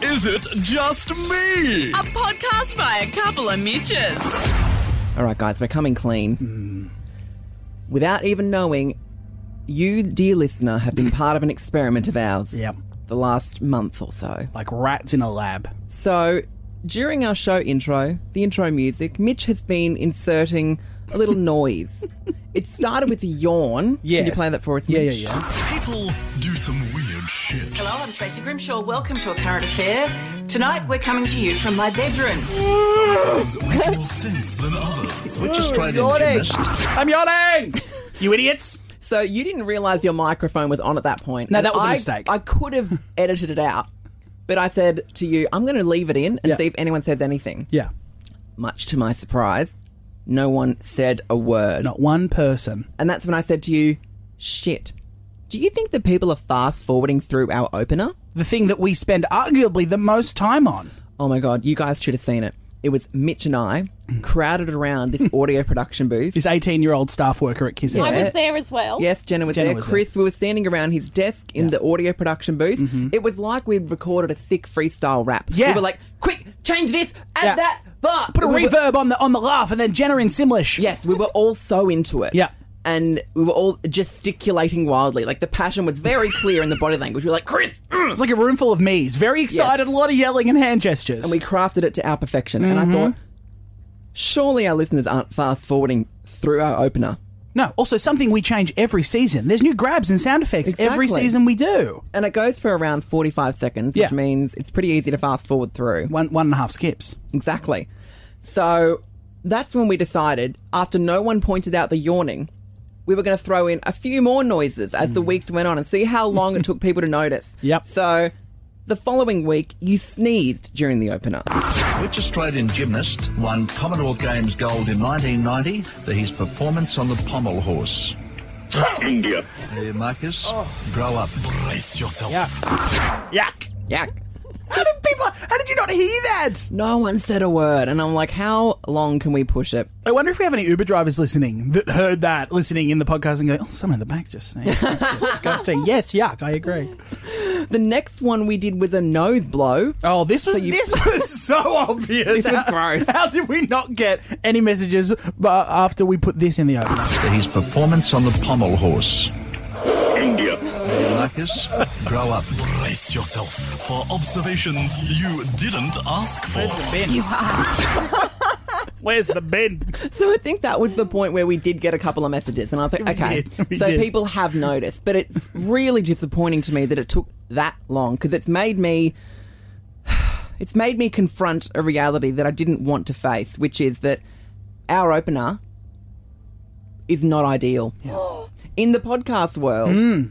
Is it just me? A podcast by a couple of Mitches. All right, guys, we're coming clean. Without even knowing, you, dear listener, have been part of an experiment of ours. Yep. The last month or so. Like rats in a lab. So, during our show intro, the intro music, Mitch has been inserting a little noise. It started with a yawn. Can you Yes. play that for us, Yeah, yeah, Mitch? yeah. People do some weird shit. Hello, I'm Tracy Grimshaw. Welcome to A Current Affair. Tonight we're coming to you from my bedroom. Things make more sense than others. I'm yawning! you idiots! So, you didn't realize your microphone was on at that point. No, that was a a mistake. I could have edited it out, but I said to you, I'm going to leave it in and Yeah. see if anyone says anything. Yeah. Much to my surprise, no one said a word. Not one person. And that's when I said to you, shit, do you think that people are fast forwarding through our opener? The thing that we spend arguably the most time on. Oh my God, you guys should have seen it. It was Mitch and I crowded around this audio production booth. This 18 year old staff worker at Kiss Yeah. FM. I was there as well. Yes, Jenna was Jenna there. was there. Chris, we were standing around his desk in the audio production booth. It was like we'd recorded a sick freestyle rap. Mm-hmm. Yeah. We were like, quick, change this, add Yeah. that, but Put a reverb on the on the laugh and then Jenna in Simlish. Yes, we were all so into it. Yeah. And we were all gesticulating wildly. Like the passion was very clear in the body language. We were like, Chris, mm. It's like a room full of me's. Very excited, a lot of yelling and hand gestures. we crafted it to our perfection. And Mm-hmm. I thought, surely our listeners aren't fast forwarding through our opener. no, also something we change every season. There's new grabs and sound effects every Exactly. season we do. And it goes for around 45 seconds, Yeah. which means it's pretty easy to fast forward through. One one and a half skips. Exactly. So that's when we decided, after no one pointed out the yawning, we were going to throw in a few more noises as the weeks went on and see how long it took people to notice. Yep. So the following week, you sneezed during the opener. Which Australian gymnast won Commonwealth Games gold in 1990 for his performance on the pommel horse? India. There, Marcus, grow up. Brace yourself. Yuck. Yuck. How did people how did you not hear that? No one said a word. And I'm like, how long can we push it? I wonder if we have any Uber drivers listening that heard that listening in the podcast and go, Oh, someone in the back just sneezed. That's disgusting. yes, yuck, I agree. The next one we did was a nose blow. Oh, this was you- this was so obvious. This was How- gross. How did we not get any messages but after we put this in the opener? For his performance on the pommel horse. India. There, Marcus, grow up. Brace yourself for observations you didn't ask for. bin? Where's the bin? So I think that was the point where we did get a couple of messages, and I was like, okay, did, we so did. people have noticed, but it's really disappointing to me that it took that long because it's made me. It's made me confront a reality that I didn't want to face, which is that our opener is not ideal. In the podcast world, Hmm.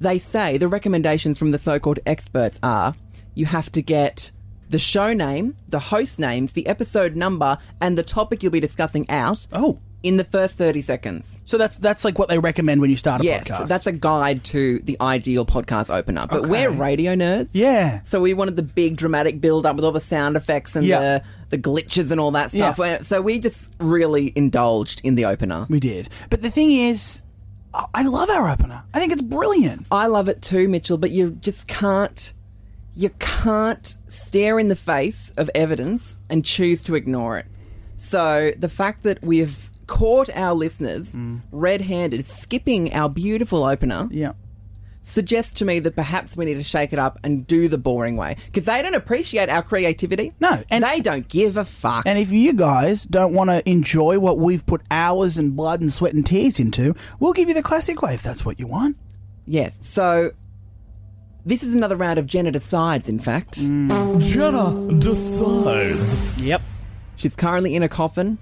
they say the recommendations from the so called experts are you have to get the show name, the host names, the episode number, and the topic you'll be discussing out Oh, in the first 30 seconds. so that's that's like what they recommend when you start a yes, podcast. that's a guide to the ideal podcast opener. But Okay. we're radio nerds. yeah. So we wanted the big dramatic build up with all the sound effects and Yeah. the, the glitches and all that Yeah. stuff. We're- So we just really indulged in the opener. We did, but the thing is, I- I love our opener. I think it's brilliant. I love it too, Mitchell, but you just can't you can't stare in the face of evidence and choose to ignore it. So the fact that we've caught our listeners Mm. red-handed skipping our beautiful opener Yeah. suggests to me that perhaps we need to shake it up and do the boring way because they don't appreciate our creativity. No, and- and they don't give a fuck. And if you guys don't want to enjoy what we've put hours and blood and sweat and tears into, we'll give you the classic way if that's what you want. yes, so this is another round of Jenna decides. In fact, Mm. Jenna decides. Yep. she's currently in a coffin.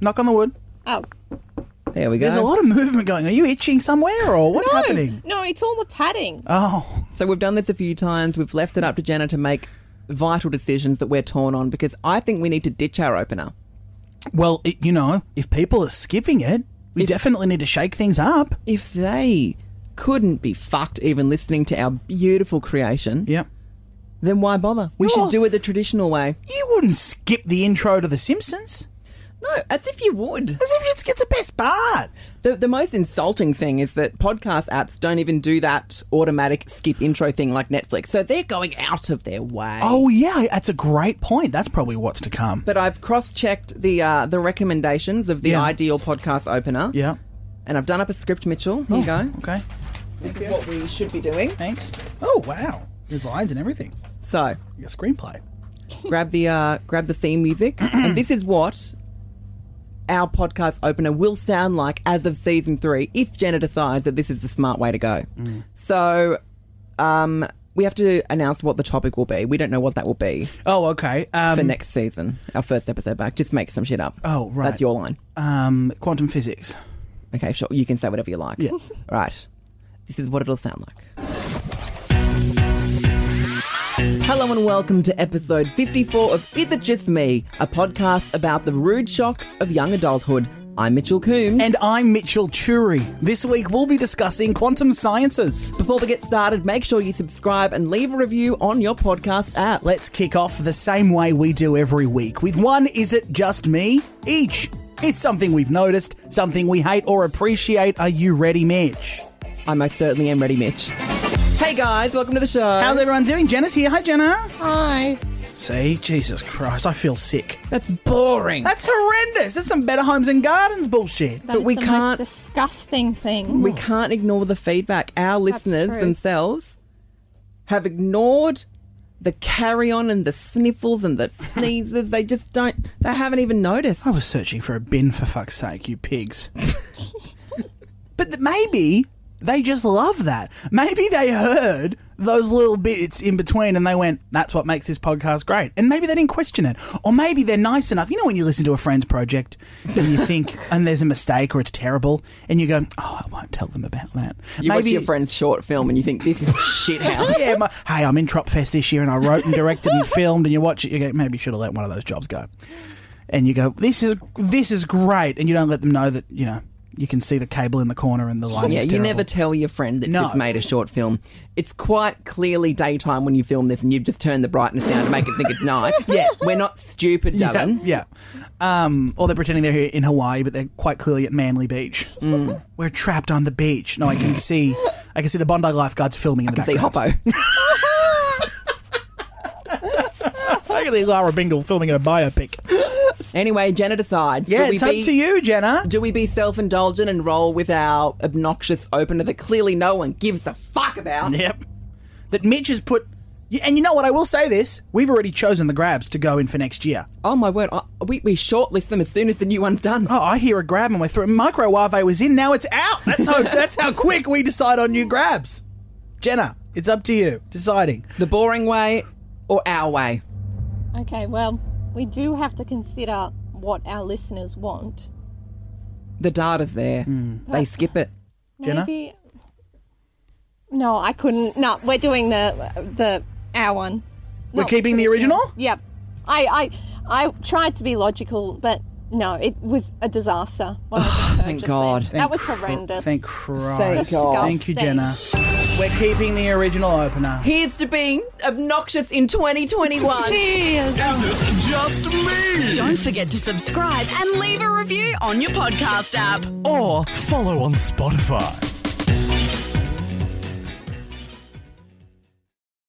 Knock on the wood. Oh, There we go. There's a lot of movement going. Are you itching somewhere or what's no, happening? no, it's all the padding. Oh, So we've done this a few times. We've left it up to Jenna to make vital decisions that we're torn on because I think we need to ditch our opener. well, it, you know, if people are skipping it, we definitely need to shake things up. If they couldn't be fucked even listening to our beautiful creation, Yeah. then why bother? We You're- should do it the traditional way. You wouldn't skip the intro to The Simpsons. No, as if you would. As if it's, it's the best part. The, the most insulting thing is that podcast apps don't even do that automatic skip intro thing like Netflix. So they're going out of their way. Oh yeah, that's a great point. That's probably what's to come. But I've cross-checked the uh, the recommendations of the Yeah. ideal podcast opener. yeah. Oh. And I've done up a script, Mitchell. Here you go. Okay. This is what we should be doing. Thanks. Oh wow, there's lines and everything. So Your screenplay. grab the uh, grab the theme music, and this is what our podcast opener will sound like as of season three, if Jenna decides that this is the smart way to go. Mm. So, um, we have to announce what the topic will be. We don't know what that will be Oh okay. Um, for next season. Our first episode back, just make some shit up. Oh, right. that's your line. um, quantum physics. Okay, sure. You can say whatever you like. Yeah. Right. This is what it'll sound like. Hello and welcome to episode 54 of Is It Just Me, a podcast about the rude shocks of young adulthood. I'm Mitchell Coombs. And I'm Mitchell Churi. This week we'll be discussing quantum sciences. before we get started, make sure you subscribe and leave a review on your podcast app. Let's kick off the same way we do every week with one Is It Just Me? each. It's something we've noticed, something we hate or appreciate. Are you ready, Mitch? I most certainly am ready, Mitch. Hey guys, welcome to the show. How's everyone doing? Jenna's here. Hi, Jenna. Hi. See, Jesus Christ, I feel sick. That's boring. That's horrendous. That's some better homes and gardens bullshit. That But is we the can't- most disgusting thing. Oh. We can't ignore the feedback. Our listeners true. themselves have ignored the carry on and the sniffles and the sneezes. they just don't, they haven't even noticed. I was searching for a bin for fuck's sake, you pigs. but th- maybe they just love that. Maybe they heard those little bits in between and they went, that's what makes this podcast great. And maybe they didn't question it. Or maybe they're nice enough. You know, when you listen to a friend's project and you think, and there's a mistake or it's terrible, and you go, oh, I won't tell them about that. You maybe watch your friend's short film and you think this is shit house. yeah, my, hey, I'm in Tropfest this year and I wrote and directed and filmed and you watch it, you go, maybe you should have let one of those jobs go. And you go, this is this is great, and you don't let them know that you know you can see the cable in the corner and the line. Yeah, is you terrible. never tell your friend that No. just made a short film. It's quite clearly daytime when you film this, and you've just turned the brightness down to make it think it's night. Yeah. we're not stupid, Dylan. Yeah, yeah. Um, or they're pretending they're here in Hawaii, but they're quite clearly at Manly Beach. Mm. We're trapped on the beach. No, I can see, I can see the Bondi lifeguards filming in the I See background. Hoppo. I can see Lara Bingle filming her biopic. anyway, Jenna decides. Yeah, Will we it's up be- to you, Jenna. Do we be self indulgent and roll with our obnoxious opener that clearly no one gives a fuck about? Yep. That Mitch has put. y- And you know what? I will say this. We've already chosen the grabs to go in for next year. Oh my word, I, we, we shortlist them as soon as the new one's done. Oh, I hear a grab and we're through. Microwave was in, now it's out. That's how, that's how quick we decide on new grabs. Jenna, it's up to you deciding. The boring way or our way? Okay, well, we do have to consider what our listeners want. The data's there. They skip it. Jenna? Maybe. No, I couldn't. No, we're doing the the our one. We're keeping the original? Yep. I I I tried to be logical, but no, it was a disaster. what I just heard thank just God. then. Thank That was cr- horrendous. Thank Christ. God. Thank you, Jenna. We're keeping the original opener. Here's to being obnoxious in 2021. Is it just me? Don't forget to subscribe and leave a review on your podcast app. Or follow on Spotify.